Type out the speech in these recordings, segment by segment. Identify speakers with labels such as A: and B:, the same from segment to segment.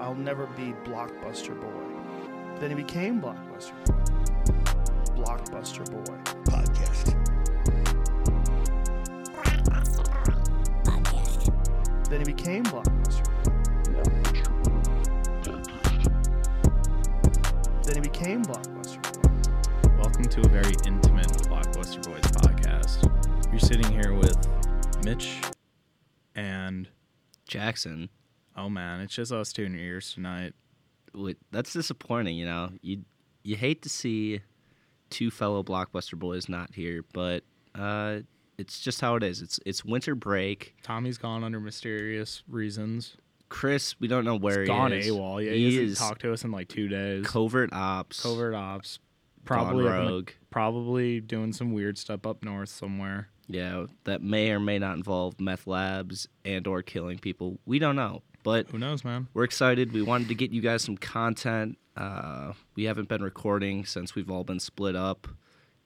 A: I'll never be Blockbuster Boy. Then he became Blockbuster Boy. Blockbuster Boy.
B: podcast.
A: Then he became Blockbuster Boy. Then he became Blockbuster Boy.
C: Welcome to a very intimate Blockbuster Boys podcast. You're sitting here with Mitch and
D: Jackson,
C: oh man, it's just us two in your ears tonight.
D: wh- that's disappointing. You know, you you hate to see two fellow blockbuster boys not here, but uh, it's just how it is. It's it's winter break.
C: Tommy's gone under mysterious reasons.
D: Chris, we don't know where
C: He's
D: he
C: gone
D: is.
C: AWOL. Yeah,
D: he,
C: he,
D: is
C: hasn't talked to us in like two days.
D: covert ops.
C: Covert ops. Probably up in the-
D: rogue.
C: probably doing some weird stuff up north somewhere.
D: Yeah, that may or may not involve meth labs and or killing people. We don't know, but
C: Who knows, man?
D: we're excited. We wanted to get you guys some content. Uh, we haven't been recording since we've all been split up.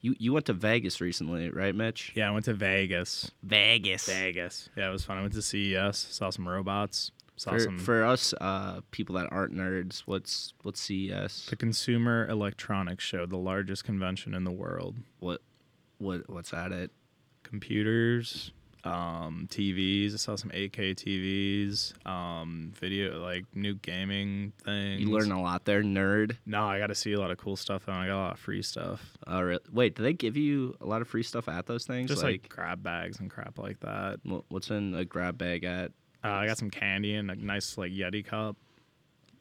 D: You you went to Vegas recently, right, Mitch?
C: Yeah, I went to Vegas.
D: Vegas.
C: Vegas. Yeah, it was fun. I went to CES, saw some robots, saw
D: For,
C: some
D: for us uh, people that aren't nerds, what's what's CES?
C: the Consumer Electronics Show, the largest convention in the world.
D: What what what's that? It
C: computers, um, TVs. I saw some 8K TVs, um, video like new gaming things.
D: you learn a lot there, nerd.
C: No, I got to see a lot of cool stuff and I got a lot of free stuff.
D: Uh, re- wait, do they give you a lot of free stuff at those things?
C: Just like, grab bags and crap like that.
D: wha- what's in a grab bag at?
C: Uh, I got some candy and a nice like Yeti cup.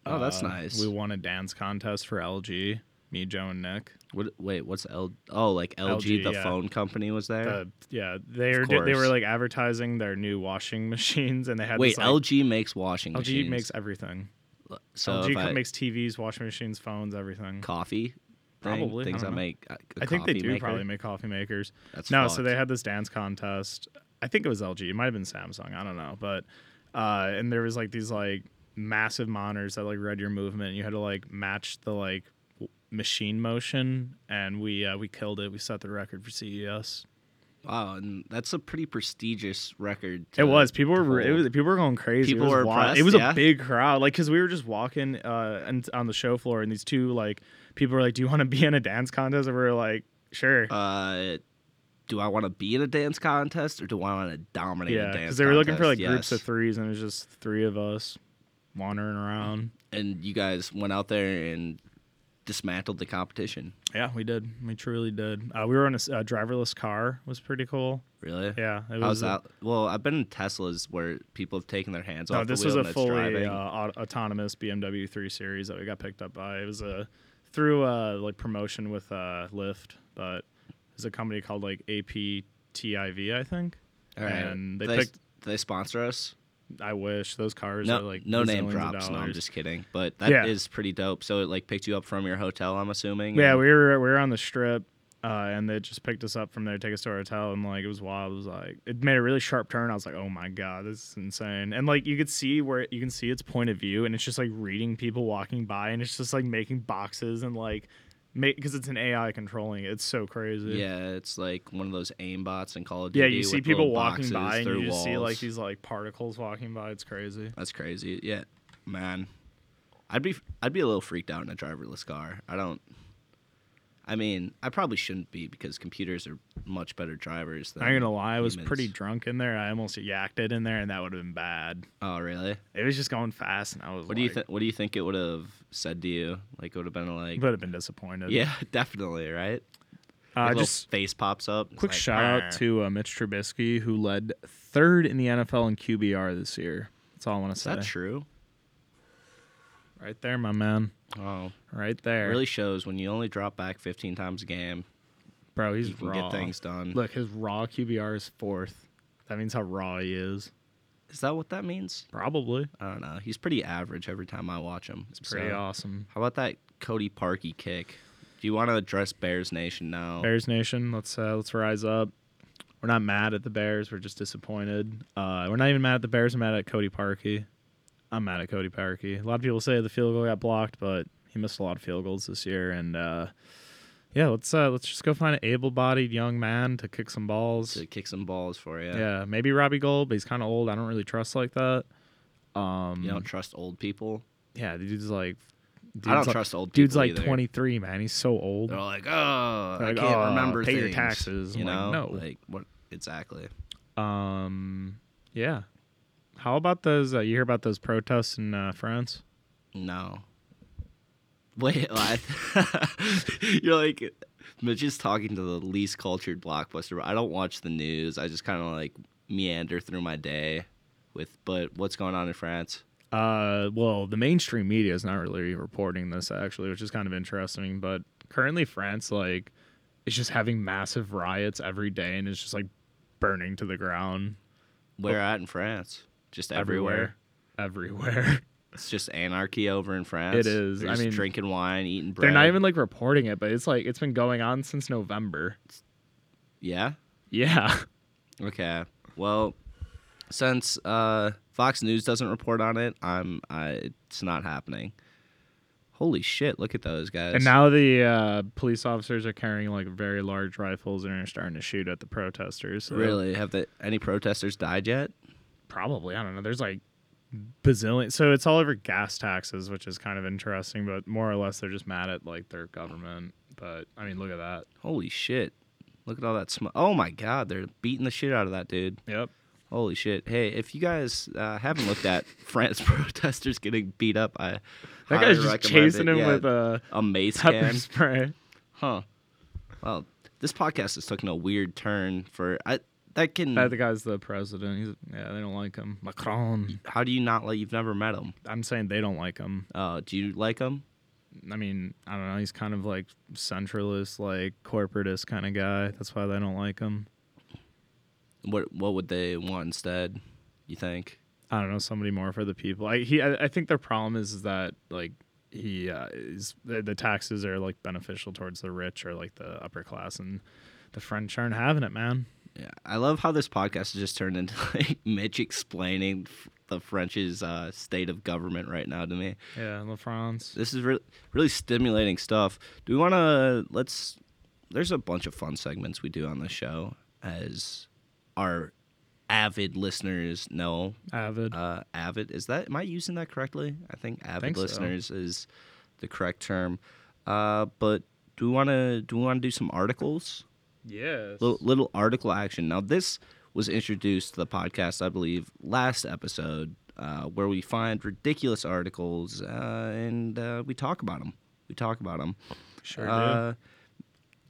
D: Oh, that's
C: Uh,
D: nice.
C: We won a dance contest for LG. Me, Joe, and Nick.
D: What, wait, what's L? Oh, like LG,
C: LG,
D: the
C: yeah.
D: phone company, was there.
C: The- yeah, they were they were
D: course.
C: like advertising their new washing machines, and they had
D: wait,
C: this, like,
D: LG makes washing machines.
C: LG Oh, makes everything.
D: so
C: LG
D: if
C: co-
D: I-
C: makes TVs, washing machines, phones, everything.
D: coffee. thing,
C: Probably, I
D: things
C: don't know.
D: make. uh, I
C: I think they do probably make coffee makers.
D: That's
C: no, so they
D: fucked.
C: had this dance contest. I think it was LG. It might have been Samsung. I don't know, but uh, and there was like these like massive monitors that like read your movement. And you had to like match the like w- machine motion, and we uh, we killed it. We set the record for E CES.
D: Wow, and that's a pretty prestigious record.
C: It
D: to-
C: was. People
D: to
C: were it
D: hold.
C: was, people were going crazy.
D: People
C: it was
D: were
C: wild. It
D: impressed,
C: was
D: yeah.
C: a big crowd, like because we were just walking uh and on the show floor, and these two like people were like, "Do you want to be in a dance contest?" And we were like, "Sure."
D: uh, do I want to be in a dance contest or do I want to dominate
C: yeah,
D: a dance
C: because they were looking for like
D: contest?
C: groups of
D: Yes.
C: threes, and it was just three of us wandering around.
D: And you guys went out there and dismantled the competition.
C: Yeah, we did. We truly did. Uh, we were in a s- uh, driverless car. Was pretty cool.
D: Really?
C: Yeah, it
D: How's
C: a-
D: that? Well, I've been in Teslas where people have taken their hands
C: No,
D: off
C: this
D: the
C: was
D: wheel
C: a
D: and it's
C: fully
D: driving.
C: uh, au- autonomous BMW 3 Series that we got picked up by. It was a through uh, like promotion with uh, Lyft, but it's a company called like APTIV, I think.
D: All right.
C: And they
D: do
C: picked.
D: do they sponsor us?
C: I wish those cars
D: No,
C: are like
D: no name
C: bazillions of
D: drops. No, I'm
C: dollars.
D: just kidding. But that is
C: Yeah.
D: pretty dope. So it like picked you up from your hotel, I'm assuming.
C: Yeah,
D: and-
C: we were we were on the strip, uh, and they just picked us up from there, take us to our hotel, and like it was wild. It was like it made a really sharp turn. I was like, oh my god, this is insane. And like you could see where you can see its point of view, and it's just like reading people walking by, and it's just like making boxes and like make because it's an AI controlling it. It's so crazy.
D: Yeah, it's like one of those aim bots in Call of
C: Yeah,
D: Duty.
C: you see
D: with
C: people
D: little
C: walking
D: boxes
C: by, and
D: through
C: you just see like
D: walls.
C: these like particles walking by. It's crazy.
D: That's crazy. Yeah, man, I'd be I'd be a little freaked out in a driverless car. I don't. I mean, I probably shouldn't be because computers are much better drivers than.
C: I'm not gonna lie, I was
D: humans.
C: pretty drunk in there. I almost yacked it in there, and that would have been bad.
D: Oh really?
C: It was just going fast, and I was.
D: What do you
C: like-
D: think? What do you think it would have said to you? Like it would have been like.
C: would have been disappointed.
D: yeah, definitely, right? Like,
C: Uh,
D: little
C: just
D: face pops up. it's
C: quick
D: like,
C: shout
D: "Ah."
C: out to uh, Mitch Trubisky, who led third in the NFL in QBR this year. That's all I want to
D: Is
C: say.
D: that true?
C: Right there, my man.
D: Oh,
C: Right there.
D: really shows when you only drop back 15 times a game,
C: bro? He's
D: you can
C: raw.
D: get things done.
C: Look, his raw QBR is fourth. That means how raw he is.
D: Is that what that means?
C: Probably.
D: I don't know. He's pretty average every time I watch him. It's
C: Pretty awesome.
D: How about that Cody Parkey kick? Do you want to address Bears Nation now?
C: Bears Nation, let's uh, let's rise up. We're not mad at the Bears. We're just disappointed. Uh, we're not even mad at the Bears. We're mad at Cody Parkey. I'm mad at Cody Parkey. A lot of people say the field goal got blocked, but he missed a lot of field goals this year. And uh, yeah, let's uh, let's just go find an able-bodied young man to kick some balls.
D: To kick some balls for you.
C: Yeah, maybe Robbie Gold, but he's kind of old. I don't really trust like that.
D: You don't trust old people.
C: yeah, the dude's like, dude's
D: I don't
C: like,
D: trust old
C: Dude's
D: people
C: like
D: either.
C: 23, man. He's so old.
D: They're like, oh,
C: They're
D: I
C: like,
D: can't
C: "Oh,
D: remember
C: pay your
D: things,"
C: taxes.
D: You
C: I'm like,
D: know,
C: "No."
D: like what exactly?
C: Um, yeah. How about those? Uh, you hear about those protests in uh, France?
D: No. Wait, what? you're like Mitch is talking to the least cultured blockbuster. But I don't watch the news. I just kind of like meander through my day with. But what's going on in France?
C: Uh, well, the mainstream media is not really reporting this actually, which is kind of interesting. But currently, France like is just having massive riots every day, and it's just like burning to the ground
D: Where at in France? Just everywhere.
C: Oh. everywhere, everywhere.
D: It's just anarchy over in France.
C: is.
D: They're
C: I
D: just
C: mean,
D: drinking wine, eating bread.
C: They're not even like reporting it, but it's like it's been going on since November.
D: Yeah.
C: Yeah.
D: Okay. Well, since uh, Fox News doesn't report on it, I'm. I, it's not happening. Holy shit! Look at those guys.
C: And now the uh, police officers are carrying like very large rifles and are starting to shoot at the protesters. So
D: Really? Have the any protesters died yet?
C: Probably. I don't know. There's like bazillion. So it's all over gas taxes, which is kind of interesting, but more or less they're just mad at like their government. But I mean, look at that.
D: Holy shit. Look at all that smoke. Oh my god, they're beating the shit out of that dude.
C: Yep.
D: Holy shit. Hey, if you guys uh, haven't looked at France protesters getting beat up, I
C: That
D: highly
C: guy's just
D: recommend
C: chasing
D: it.
C: him
D: Yeah,
C: with a
D: a mace
C: pepper
D: can.
C: spray.
D: Huh. Well, this podcast has taken a weird turn for I that can
C: That the guy's the president. He's, yeah, they don't like him. Macron.
D: how do you not like you've never met him?
C: I'm saying they don't like him.
D: Uh, do you like him?
C: I mean, I don't know. He's kind of like centralist, like corporatist kind of guy. That's why they don't like him.
D: What what would they want instead, you think?
C: I don't know somebody more for the people. I he I, I think their problem is, is that like he uh, is the, the taxes are like beneficial towards the rich or like the upper class and the French aren't having it, man.
D: Yeah, I love how this podcast has just turned into like Mitch explaining f- the French's uh, state of government right now to me.
C: Yeah, La France.
D: This is re- really stimulating stuff. Do we want to let's? There's a bunch of fun segments we do on the show, as our avid listeners know.
C: Avid.
D: Uh, avid is that? Am I using that correctly? I think avid
C: Think so.
D: listeners is the correct term. Uh, but do we want to do we want to do some articles?
C: yes.
D: little, little article action. Now, this was introduced to the podcast, I believe, last episode, uh, where we find ridiculous articles uh, and uh, we talk about them. We talk about them.
C: Sure
D: uh,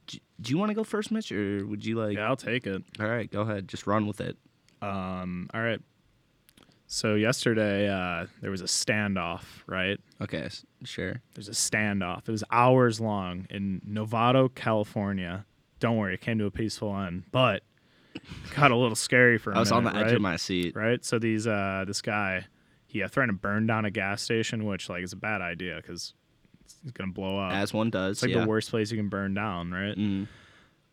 D: do. Do you want to go first, Mitch, or would you like?
C: do. Yeah, I'll take it.
D: All right, go ahead. Just run with it.
C: Um all right. So yesterday uh there was a standoff, right?
D: Okay, s- sure.
C: There's a standoff. It was hours long in Novato, California. Don't worry, it came to a peaceful end, but got a little scary for a
D: I was on the
C: minute,
D: edge
C: right?
D: of my seat.
C: Right? So these uh this guy he uh, threatened to burn down a gas station, which like is a bad idea cuz it's going to blow up.
D: As one does.
C: it's like
D: yeah.
C: the worst place you can burn down, right?
D: Mm.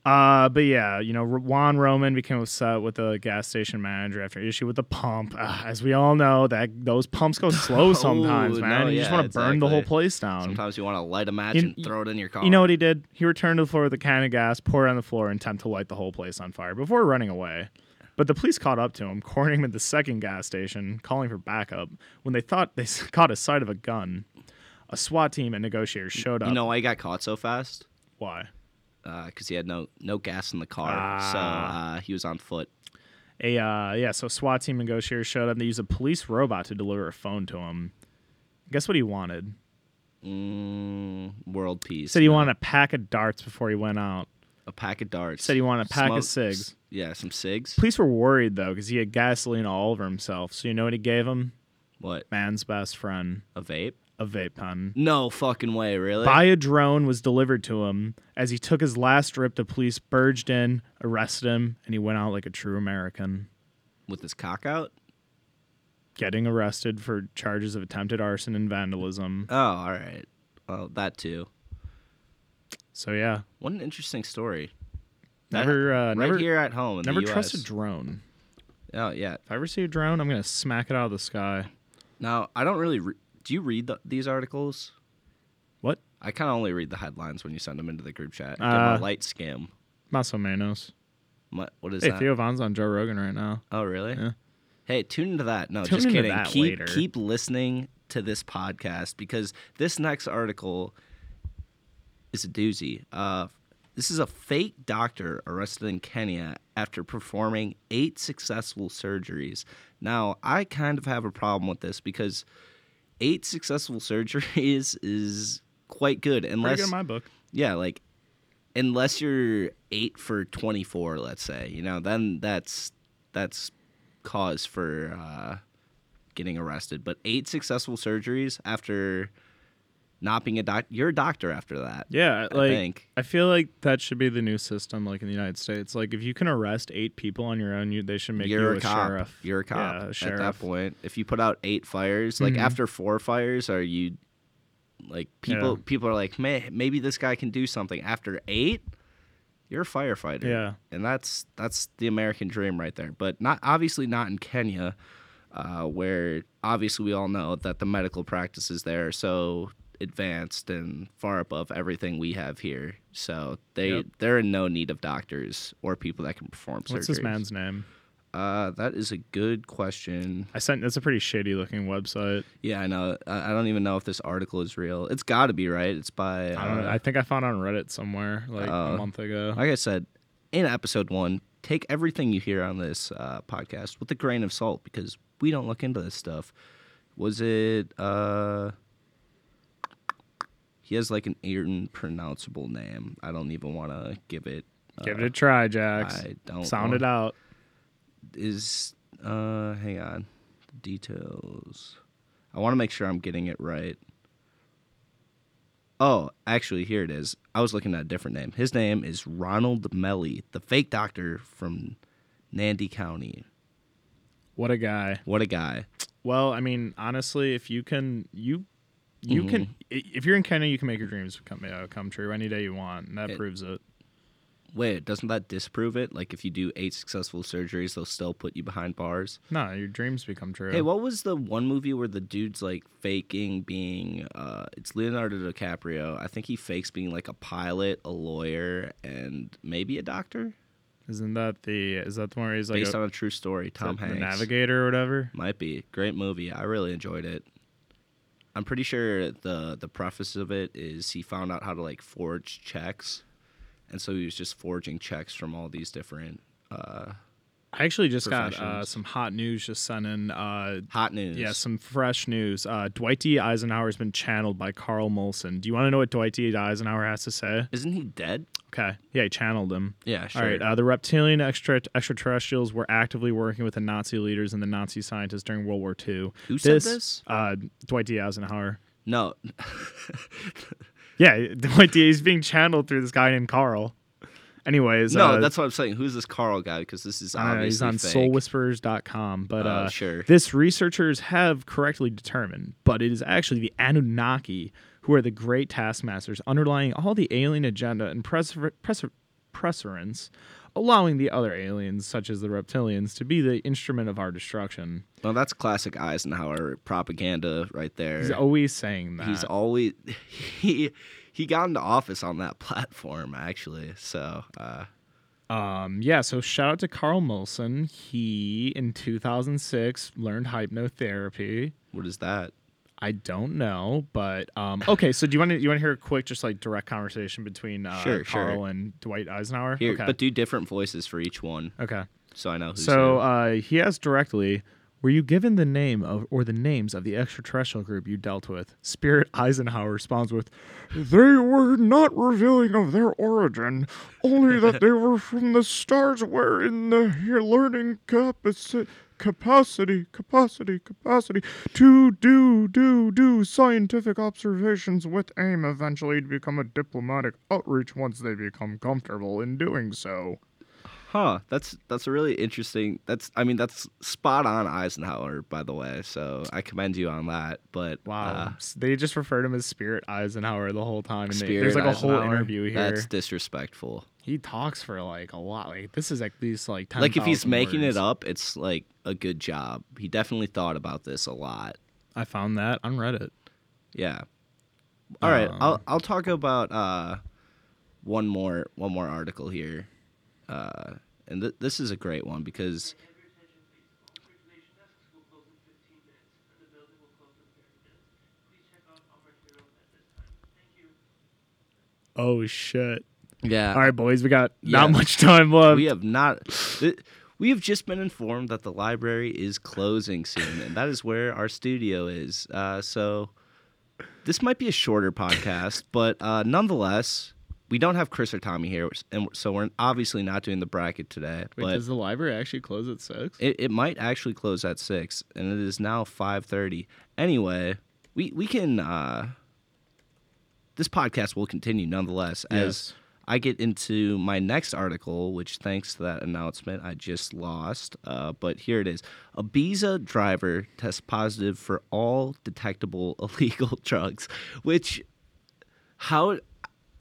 C: Uh, but yeah, you know, R- Juan Roman became upset with the gas station manager after issue with the pump. Ah, as we all know, that those pumps go slow sometimes,
D: Oh, no,
C: man. you just
D: yeah,
C: want to burn the whole
D: exactly.
C: place down.
D: Sometimes you want to light a match
C: You-
D: and throw it in your car.
C: You know what he did? He returned to the floor with a can of gas, poured it on the floor, and attempted to light the whole place on fire before running away. But the police caught up to him, cornering him at the second gas station, calling for backup. When they thought they s- caught a sight of a gun, a SWAT team and negotiators showed up.
D: You know why he got caught so fast?
C: Why?
D: Because he had no no gas in the car, so
C: Ah.
D: uh, he was on foot.
C: A uh, yeah, so SWAT team negotiators showed up. They used a police robot to deliver a phone to him. Guess what he wanted?
D: Mm, world
C: He
D: peace.
C: said he wanted a pack of darts before he went out.
D: a pack of darts.
C: Said he wanted a pack of
D: Smoke-
C: cigs.
D: Yeah, some cigs.
C: Police were worried though because he had gasoline all over himself. So you know what he gave him?
D: What?
C: Man's best friend,
D: A vape?
C: a vape pen.
D: No fucking way, really.
C: By a drone was delivered to him as he took his last rip. The police burged in, arrested him, and he went out like a true American,
D: With his cock out?
C: getting arrested for charges of attempted arson and vandalism.
D: Oh, all right. Well, that too.
C: So yeah,
D: What an interesting story. That-
C: never, uh,
D: right
C: never,
D: here at home. In
C: never
D: the US.
C: trust a drone.
D: Oh yeah.
C: If I ever see a drone, I'm gonna smack it out of the sky.
D: Now I don't really. Re- Do you read the- these articles?
C: What?
D: I kind of only read the headlines when you send them into the group chat. Get
C: Uh,
D: my light scam.
C: Maso Manos.
D: My, what is
C: Hey,
D: that?
C: Theo Von's on Joe Rogan right now.
D: Oh really?
C: Yeah.
D: Hey, tune into that. No,
C: Tune
D: just
C: into
D: kidding.
C: that
D: keep
C: later.
D: keep listening to this podcast because this next article is a doozy. Uh, this is a fake doctor arrested in Kenya after performing eight successful surgeries. Now, I kind of have a problem with this because eight successful surgeries is quite good,
C: Pretty
D: unless
C: good in my book.
D: yeah, like unless you're eight for twenty four, let's say, you know, then that's that's cause for uh, getting arrested. But eight successful surgeries after not being a doc, you're a doctor after that.
C: Yeah, like I,
D: think.
C: feel like that should be the new system, like in the United States. Like if you can arrest eight people on your own, you they should make
D: you're
C: you
D: a cop.
C: sheriff.
D: You're a
C: Yeah,
D: cop at
C: sheriff.
D: that point. If you put out eight fires, like after four fires, are you like people?
C: Yeah.
D: People are like, man, maybe this guy can do something. After eight, you're a firefighter.
C: Yeah.
D: and that's that's the American dream right there. But not obviously not in Kenya, uh, where obviously we all know that the medical practices there are so advanced and far above everything we have here. So they
C: Yep.
D: they're in no need of doctors or people that can perform surgeries.
C: What's this man's name?
D: Uh, that is a good question.
C: I sent. That's a pretty shady looking website.
D: Yeah, I know. I I don't even know if this article is real. It's got to be right. It's by.
C: I don't know.
D: uh,
C: I think I found it on Reddit somewhere like
D: uh,
C: a month ago.
D: like I said, in episode one, take everything you hear on this uh, podcast with a grain of salt because we don't look into this stuff. Was it? uh He has like an irrepronounceable name. I don't even want to give it. Uh,
C: Give it a try, Jax.
D: I don't
C: Sound
D: want-
C: it out.
D: is uh hang on details i want to make sure i'm getting it right oh actually here it is i was looking at a different name his name is ronald melly the fake doctor from nandy county
C: What a guy.
D: what a guy
C: Well, I mean, honestly, if you can, you. You can,
D: Mm-hmm.
C: i- if you're in Kenya, you can make your dreams come uh, come true any day you want, and that
D: It-
C: proves it.
D: wait doesn't that disprove it like if you do eight successful surgeries they'll still put you behind bars
C: No, your dreams become true.
D: Hey, what was the one movie where the dude's like faking being? Uh, it's Leonardo DiCaprio. I think he fakes being like a pilot, a lawyer, and maybe a doctor,
C: Isn't that the is that the one where he's like
D: based
C: a,
D: on a true story. Tom
C: the, the
D: Hanks.
C: navigator or whatever?
D: Might be great movie. I really enjoyed it. I'm pretty sure the the preface of it is he found out how to like forge checks, and so he was just forging checks from all these different uh,
C: I actually just got uh,
D: Professions.
C: some hot news just sent in. Uh,
D: hot news.
C: yeah, some fresh news. Uh, Dwight D. Eisenhower has been channeled by Carl Molson. Do you want to know what Dwight D. Eisenhower has to say?
D: Isn't he dead?
C: Okay. Yeah, he channeled him.
D: Yeah, sure.
C: All right. Uh, the reptilian extra- extraterrestrials were actively working with the Nazi leaders and the Nazi scientists during World War II.
D: Who said this?
C: Uh, Dwight D. Eisenhower.
D: no.
C: Yeah, Dwight D. is being channeled through this guy named Carl. Anyways,
D: No,
C: uh,
D: that's what I'm saying. Who's this Carl guy? Because this is
C: Uh,
D: obviously
C: he's on
D: fake.
C: soulwhisperers.com. But
D: Oh,
C: uh,
D: sure.
C: this researchers have correctly determined, but it is actually the Anunnaki who are the great taskmasters underlying all the alien agenda and preser- preser- preserance, allowing the other aliens, such as the reptilians, to be the instrument of our destruction.
D: Well, that's classic Eisenhower propaganda right there.
C: He's always saying that.
D: He's always he he got into office on that platform actually. So uh,
C: Um, yeah, so shout out to Carl Molson. He, in 2006, learned hypnotherapy.
D: what is that?
C: I don't know, but um, okay. So do you want to you want to hear a quick, just like direct conversation between uh,
D: Sure, sure.
C: Carl and Dwight Eisenhower?
D: Here,
C: okay.
D: but do different voices for each one,
C: okay.
D: so I know who's
C: So
D: who.
C: uh, he asked directly, "Were you given the name of or the names of the extraterrestrial group you dealt with?" Spirit Eisenhower responds with, "They were not revealing of their origin, only that they were from the stars, where in the he- learning capacity." Capacity, capacity, capacity to do, do, do scientific observations with aim eventually to become a diplomatic outreach once they become comfortable in doing so.
D: huh? That's that's a really interesting. That's I mean that's spot on Eisenhower by the way. So I commend you on that. But
C: Wow.
D: uh,
C: S- they just referred him as Spirit Eisenhower the whole time. And they,
D: Spirit
C: there's like a whole
D: Eisenhower,
C: interview here.
D: That's disrespectful.
C: He talks for like a lot. Like this is at least like 10,
D: like if he's making
C: words.
D: it up, it's like a good job. He definitely thought about this a lot.
C: I found that on Reddit.
D: Yeah. All right,
C: Um,
D: I'll I'll talk about uh, one more one more article here, uh, and th- this is a great one because
C: Oh shit!
D: Yeah.
C: All right, boys, we got
D: Uh, Yeah.
C: not much time left.
D: We uh, have not. th- We have just been informed that the library is closing soon, and that is where our studio is. Uh, so this might be a shorter podcast, but uh, nonetheless, we don't have Chris or Tommy here, and so we're obviously not doing the bracket today.
B: Wait,
D: but
B: does the library actually close at six?
D: it, it might actually close at six, and it is now five thirty. Anyway, we we can. Uh, this podcast will continue nonetheless as
B: Yes.
D: I get into my next article, which thanks to that announcement I just lost. Uh, but here it is: Ibiza driver tests positive for all detectable illegal drugs, which how
B: It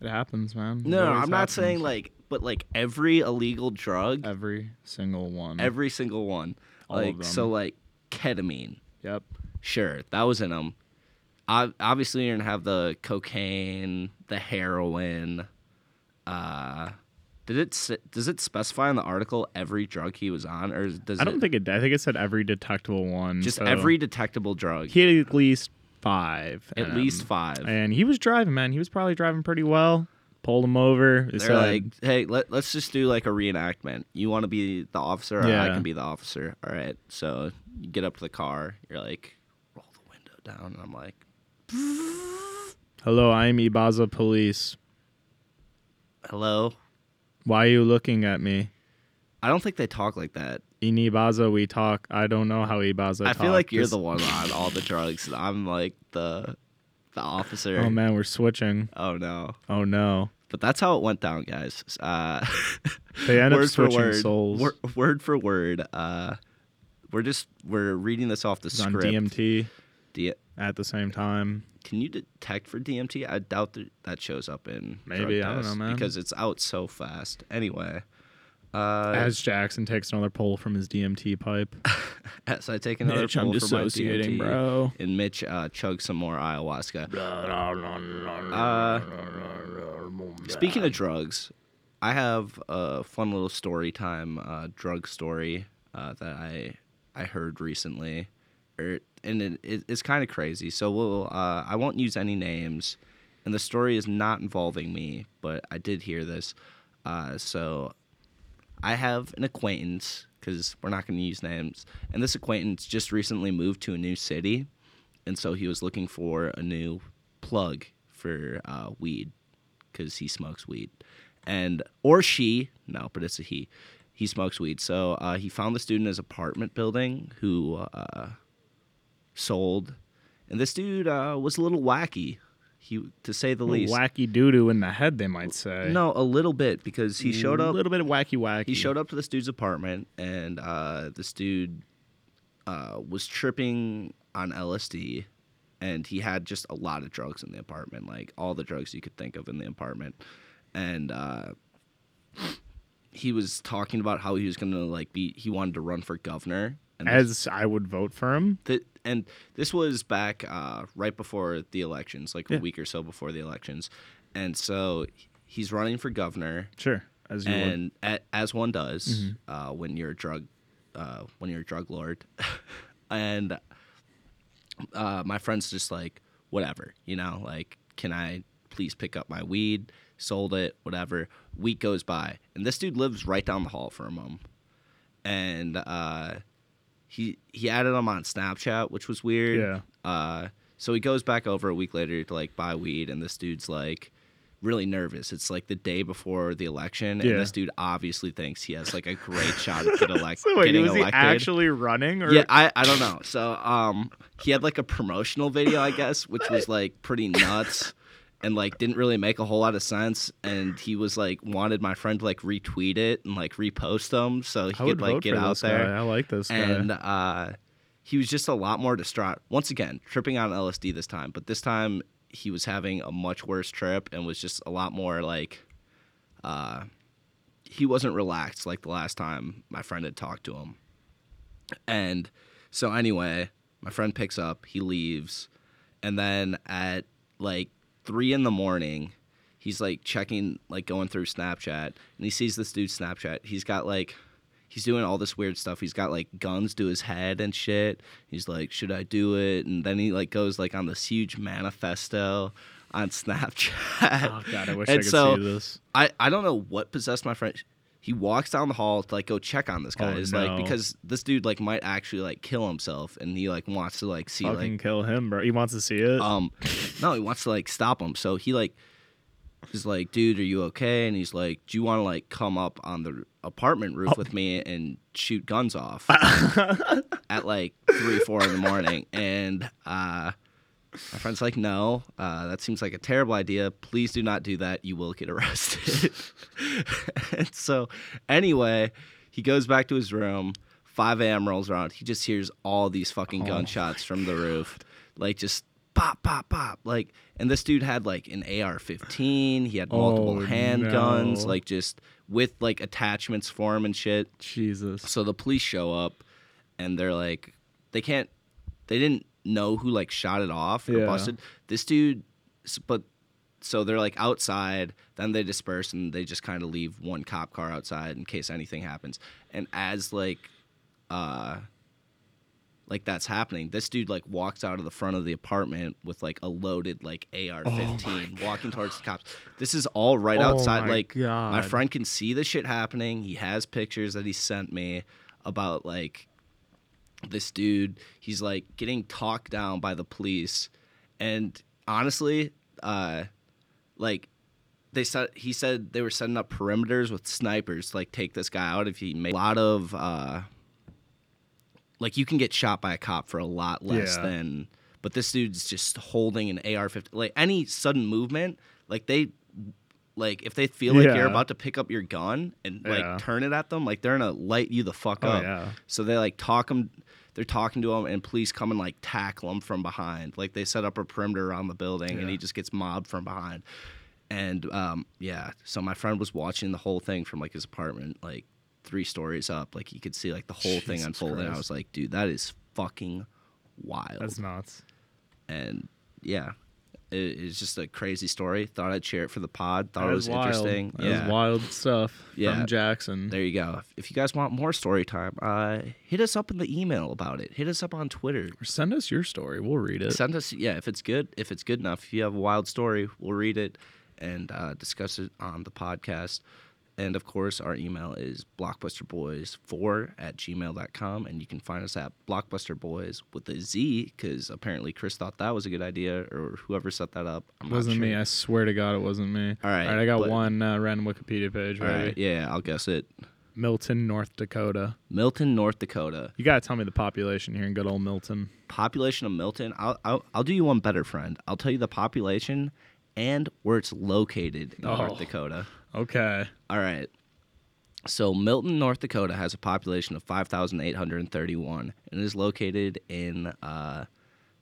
B: happens, man. It
D: no,
B: always
D: I'm not saying
B: happens.
D: like, but like every illegal drug,
B: every single
C: Mm-hmm.
B: one.
D: every single one.
B: of
D: like so,
B: them.
D: like ketamine.
B: yep.
D: Sure, that was in them. I, obviously, you're gonna have the cocaine, the heroin. Uh, did it s- does it specify in the article every drug he was on, or is- does
C: I don't
D: it
C: think it. I think it said every detectable one.
D: just
C: so
D: every detectable drug?
C: He had at least five.
D: at
C: in
D: least
C: him.
D: five.
C: And he was driving, man. He was probably driving pretty well. Pulled him over. They
D: They're
C: said,
D: like, hey, let, let's just do like a reenactment. You want to be the officer, or I
C: Yeah.
D: can be the officer. All right, so you get up to the car. You're like, roll the window down. And I'm like,
C: "Hello, I am Ibaza Police.
D: hello.
C: Why are you looking at me?"
D: I don't think they talk like that.
C: In Ibaza, we talk. I don't know how Ibaza.
D: I feel
C: talk.
D: like you're
C: This-
D: the one on all the drugs, and I'm like the the officer.
C: Oh man, we're switching.
D: Oh, no!
C: Oh no.
D: But that's how it went down, guys. Uh,
C: They end up
D: word for
C: switching
D: word,
C: souls.
D: wor- word for word. Uh, we're just we're reading this off the
C: on
D: script.
C: DMT
D: D-
C: at the same time.
D: can you detect for DMT? I doubt that that shows up in drug
C: Maybe, I don't know,
D: tests
C: man.
D: because it's out so fast. Anyway, uh, as,
C: As Jackson takes another pull from his DMT pipe.
D: I take another
C: Mitch,
D: pull
C: I'm
D: for my
C: dissociating,
D: DMT,
C: bro.
D: and Mitch uh, chugs some more ayahuasca. Uh, speaking of drugs, I have a fun little story time uh, drug story uh, that I I heard recently, er, and it, it, it's kind of crazy. So we'll uh, I won't use any names, and the story is not involving me, but I did hear this. Uh, so I have an acquaintance because we're not going to use names, and this acquaintance just recently moved to a new city, and so he was looking for a new plug for uh, weed because he smokes weed, and or she no, but it's a he. He smokes weed, so uh, he found this dude in his apartment building who uh, sold, and this dude uh, was a little wacky, he to say the least.
C: Wacky doo doo in the head, they might say.
D: No, a little bit because he showed
C: A
D: up
C: little bit of wacky wacky.
D: he showed up to this dude's apartment, and uh, this dude uh, was tripping on LSD, and he had just a lot of drugs in the apartment, like all the drugs you could think of in the apartment, and uh, he was talking about how he was gonna like be he wanted to run for governor. And this-
C: As I would vote for him.
D: Th and this was back uh, right before the elections, like
C: Yeah.
D: a week or so before the elections, and so he's running for governor
C: Sure. As you Mm-hmm. would.
D: and a, as one does uh, when you're a drug uh, when you're a drug lord and uh, my friend's just like whatever you know like can i please pick up my weed sold it whatever week goes by and this dude lives right down the hall from him and uh, he he added him on snapchat which was weird
C: Yeah.
D: uh, so he goes back over a week later to like buy weed, and this dude's like really nervous. It's like the day before the election,
C: Yeah.
D: and this dude obviously thinks he has like a great shot at get elect-
C: So wait,
D: getting
C: was he
D: elected.
C: actually running? Or
D: yeah, I, I don't know. So um, he had like a promotional video, I guess, which was like pretty nuts, and like didn't really make a whole lot of sense. And he was like wanted my friend to like retweet it and like repost them so he
C: I
D: could
C: would
D: like
C: vote
D: get
C: for
D: out
C: this
D: there
C: guy. I like this guy.
D: and uh, he was just a lot more distraught. Once again, tripping on LSD this time, but this time he was having a much worse trip and was just a lot more like, uh, he wasn't relaxed like the last time my friend had talked to him. And so anyway, my friend picks up, he leaves, and then at like three in the morning, he's like checking, like going through Snapchat, and he sees this dude's Snapchat. He's got like, he's doing all this weird stuff. He's got like guns to his head and shit. He's like, should I do it? And then he like goes like on this huge manifesto on Snapchat.
C: Oh god, I wish I
D: And
C: could
D: so-
C: see this.
D: I, I don't know what possessed my friend. He walks down the hall to like go check on this guy.
C: Oh,
D: It's
C: no.
D: like because this dude like might actually like kill himself and he like wants to like see
C: Fucking
D: like
C: kill him, bro. He wants to see it.
D: um no, he wants to like stop him. So he like is like, dude, are you okay? And he's like, Do you wanna like come up on the apartment
C: Oh.
D: roof with me and shoot guns off at like three, four in the morning? And uh my friend's like, no, uh, that seems like a terrible idea. Please do not do that. You will get arrested. and so, anyway, he goes back to his room. 5 a.m. rolls around. He just hears all these
C: Oh
D: fucking gunshots from the roof. Like, just pop, pop, pop. Like, and this dude had like an AR 15. He had multiple
C: Oh,
D: handguns,
C: no.
D: like, just with like attachments for him and shit.
B: Jesus.
D: So the police show up and they're like, they can't, they didn't know who like shot it off or
B: Yeah.
D: busted. This dude, s- but so they're like outside, then they disperse and they just kind of leave one cop car outside in case anything happens. And as like, uh, like that's happening. This dude like walks out of the front of the apartment with like a loaded like AR-15, walking towards the cops. This is all right
C: Oh
D: outside.
C: my
D: like my
C: God.
D: friend can see the shit happening. He has pictures that he sent me about like this dude. He's like getting talked down by the police, and honestly, uh, like they said he said they were setting up perimeters with snipers to like take this guy out if he made a lot of uh like you can get shot by a cop for a lot less
C: Yeah.
D: than but this dude's just holding an AR-15 like any sudden movement like they like if they feel like
C: Yeah.
D: you're about to pick up your gun and like
C: Yeah.
D: turn it at them like they're gonna light you the fuck
C: Oh,
D: up
C: yeah.
D: so they like talk them they're talking to him and police come and like tackle him from behind like they set up a perimeter around the building and he just gets mobbed from behind and um, yeah, so my friend was watching the whole thing from like his apartment, like three stories up. Like he could see like the whole thing
C: Jesus
D: unfolding. I
C: Christ.
D: was like, dude, that is fucking wild.
C: That's nuts.
D: and yeah, it, it's just a crazy story. Thought I'd share it for the pod. Thought it was
C: is wild.
D: interesting.
B: That
D: yeah.
B: was wild stuff
D: Yeah.
B: from Jackson.
D: There you go. If, if you guys want more story time, uh, hit us up in the email about it. Hit us up on Twitter.
B: Or send us your story. We'll read it.
D: Send us, yeah, if it's good, if it's good enough, if you have a wild story, we'll read it and uh, discuss it on the podcast. And of course, our email is blockbusterboys4 at gmail.com. And you can find us at blockbusterboys with a Z because apparently Chris thought that was a good idea or whoever set that up. I'm
B: It
D: not
B: wasn't me.
D: sure.
B: I swear to God, it wasn't me.
D: All right,
B: All right, I got
D: but-
B: one uh, random Wikipedia page.
D: All
B: Right.
D: right. Yeah, I'll guess it.
B: Milton, North Dakota.
D: Milton, North Dakota.
B: You gotta tell me the population here in good old Milton.
D: population of Milton. I'll, I'll I'll do you one better, friend. I'll tell you the population and where it's located in
B: Oh.
D: North Dakota.
B: Okay.
D: All right. So Milton, North Dakota has a population of 5,831 and is located in uh,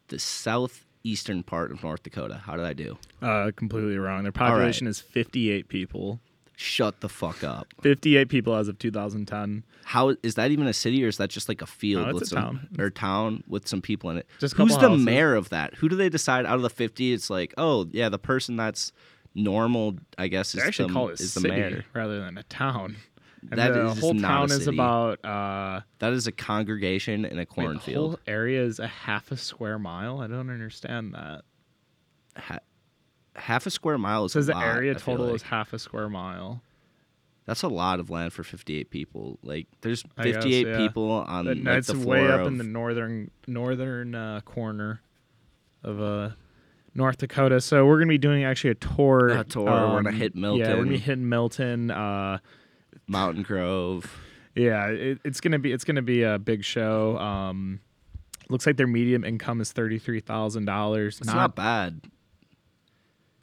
D: the southeastern part of North Dakota. How did I do?
C: Uh, completely wrong. Their population is 58 people.
D: Shut the fuck up.
C: 58 people as of 2010.
D: How is that even a city or is that just like a field
C: No, it's
D: with
C: a
D: some
C: town.
D: or town with some people in it?
B: Just a
D: Who's the
B: couple houses.
D: mayor of that? Who do they decide out of the 50 it's like, "Oh, yeah, the person that's normal, I guess is
B: They actually
D: the,
B: call it
D: is the
B: city
D: mayor."
B: rather than a town. And
D: That
B: the
D: is just
B: whole
D: not a
B: town is
D: city.
B: about uh
D: That is a congregation in a
B: wait, the
D: cornfield.
B: whole area is a half a square mile. I don't understand that.
D: Ha- half a square mile is
B: It says
D: a
B: the
D: lot,
B: area
D: I feel
B: total
D: like.
B: is half a square mile.
D: That's a lot of land for 58 people. Like there's
B: I guess,
D: 58
B: yeah.
D: people on
B: But
D: like,
B: no, it's
D: the floor
B: way up
D: of,
B: in the northern northern uh, corner of uh, North Dakota. So we're gonna be doing actually a tour. um,
D: A tour. We're gonna hit
C: Yeah, we're
D: Milton.
C: gonna be hitting Milton. Uh,
D: Mountain Grove.
C: yeah, it, it's gonna be it's gonna be a big show. Um, looks like their medium income is thirty three thousand dollars.
D: It's not bad.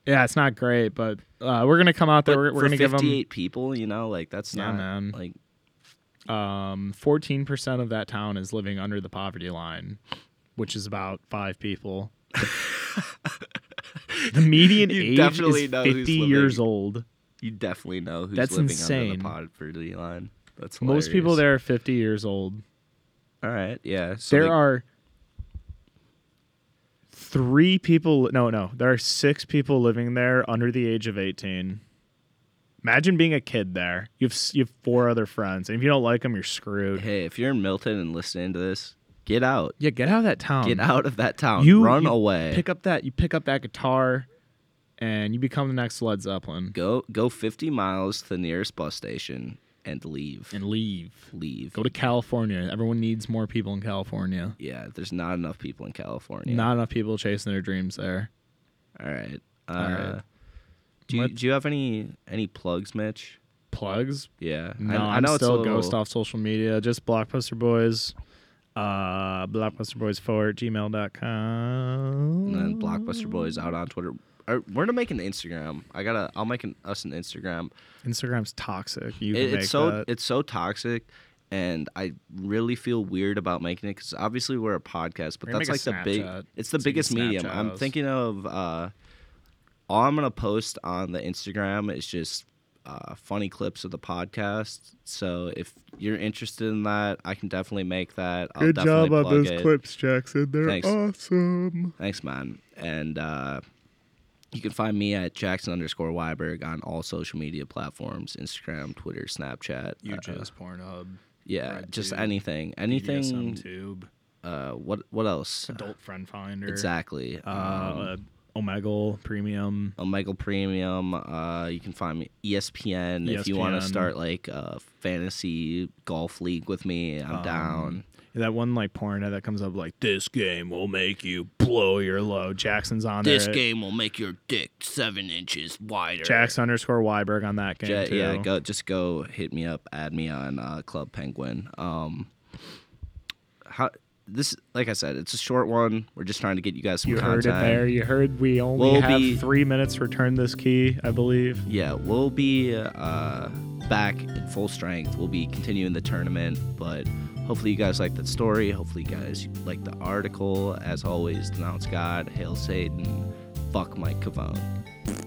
C: yeah, it's not great, but uh, we're gonna come out there.
D: But
C: we're we're
D: for
C: gonna give them
D: 58 people, you know, like that's
B: Yeah,
D: not
B: man.
D: like
C: um 14% of that town is living under the poverty line which is about five people the median
D: You
C: age
D: definitely
C: is
D: know
C: 50
D: who's living-
C: years old
D: You definitely know who's
C: That's
D: living under
C: insane.
D: the poverty line. That's
C: most people
D: hilarious.
C: there are 50 years old
D: All right, yeah. So
C: there
D: they-
C: are three people no no there are six people living there under the age of 18 imagine being a kid there you have s- you have four other friends and if you don't like them you're screwed
D: Hey, if you're in Milton and listening to this, get out.
C: yeah get out of that town
D: Get out of that town.
C: Um, you
D: Run
C: you
D: away.
C: Pick up that you pick up that guitar, and you become the next Led Zeppelin
D: Go go 50 miles to the nearest bus station and leave.
C: and leave.
D: leave.
C: Go to California. Everyone needs more people in California.
D: yeah, there's not enough people in California.
C: Not enough people chasing their dreams there.
D: All right. Uh,
C: right.
D: Do you,
C: Let's-
D: do you have any any plugs, Mitch?
C: Plugs?
D: Yeah.
C: No, I, am still ghost off social media. Just Blockbuster Boys. Uh, blockbusterboys4 at gmail.com.
D: And then Blockbuster Boys out on Twitter. Or, we're gonna make an Instagram. I gotta. I'll make an, us an Instagram.
C: Instagram's toxic. You
D: It-
C: can make
D: it's so
C: that.
D: it's so toxic, and I really feel weird about making it because obviously we're a podcast, but
C: We're gonna
D: that's like the
C: make a
D: big.
C: Snapchat.
D: It's the
C: So you can
D: biggest medium.
C: Snapchat
D: I'm
C: us.
D: thinking of. uh All I'm gonna post on the Instagram is just uh, funny clips of the podcast. So if you're interested in that, I can definitely make that. I'll
C: Good
D: definitely
C: job on
D: plug
C: those
D: it.
C: clips, Jackson. They're
D: Thanks.
C: awesome.
D: Thanks, man. And uh, you can find me at Jackson underscore Weiberg on all social media platforms Instagram, Twitter, Snapchat. uh,
C: Pornhub,
D: yeah,
C: Red
D: just
C: Tube,
D: anything.
C: BDSM
D: Anything.
C: Tube,
D: Uh, what what else?
C: Adult Friend Finder,
D: Exactly. um,
C: uh, Omegle Premium.
D: Omegle Premium. Uh, you can find me ESPN, if you want to
C: ESPN.
D: start like a fantasy golf league with me. I'm
C: Um,
D: down.
C: That one like porn ad that comes up like this game will make you blow your load. Jackson's on
D: This
C: there.
D: game will make your dick seven inches wider.
C: Jackson underscore Weiberg on that game
D: Ja-
C: too.
D: yeah, go just go hit me up, add me on uh, Club Penguin. Um, how this like I said, it's a short one. We're just trying to get you guys some
C: You heard
D: content.
C: it there. You heard we only
D: We'll
C: have
D: be-
C: three minutes. Return this key, I believe.
D: Yeah, we'll be uh, back in full strength. We'll be continuing the tournament, but hopefully you guys like that story. Hopefully you guys like the article. As always, denounce God, hail Satan, fuck Mike Cavone.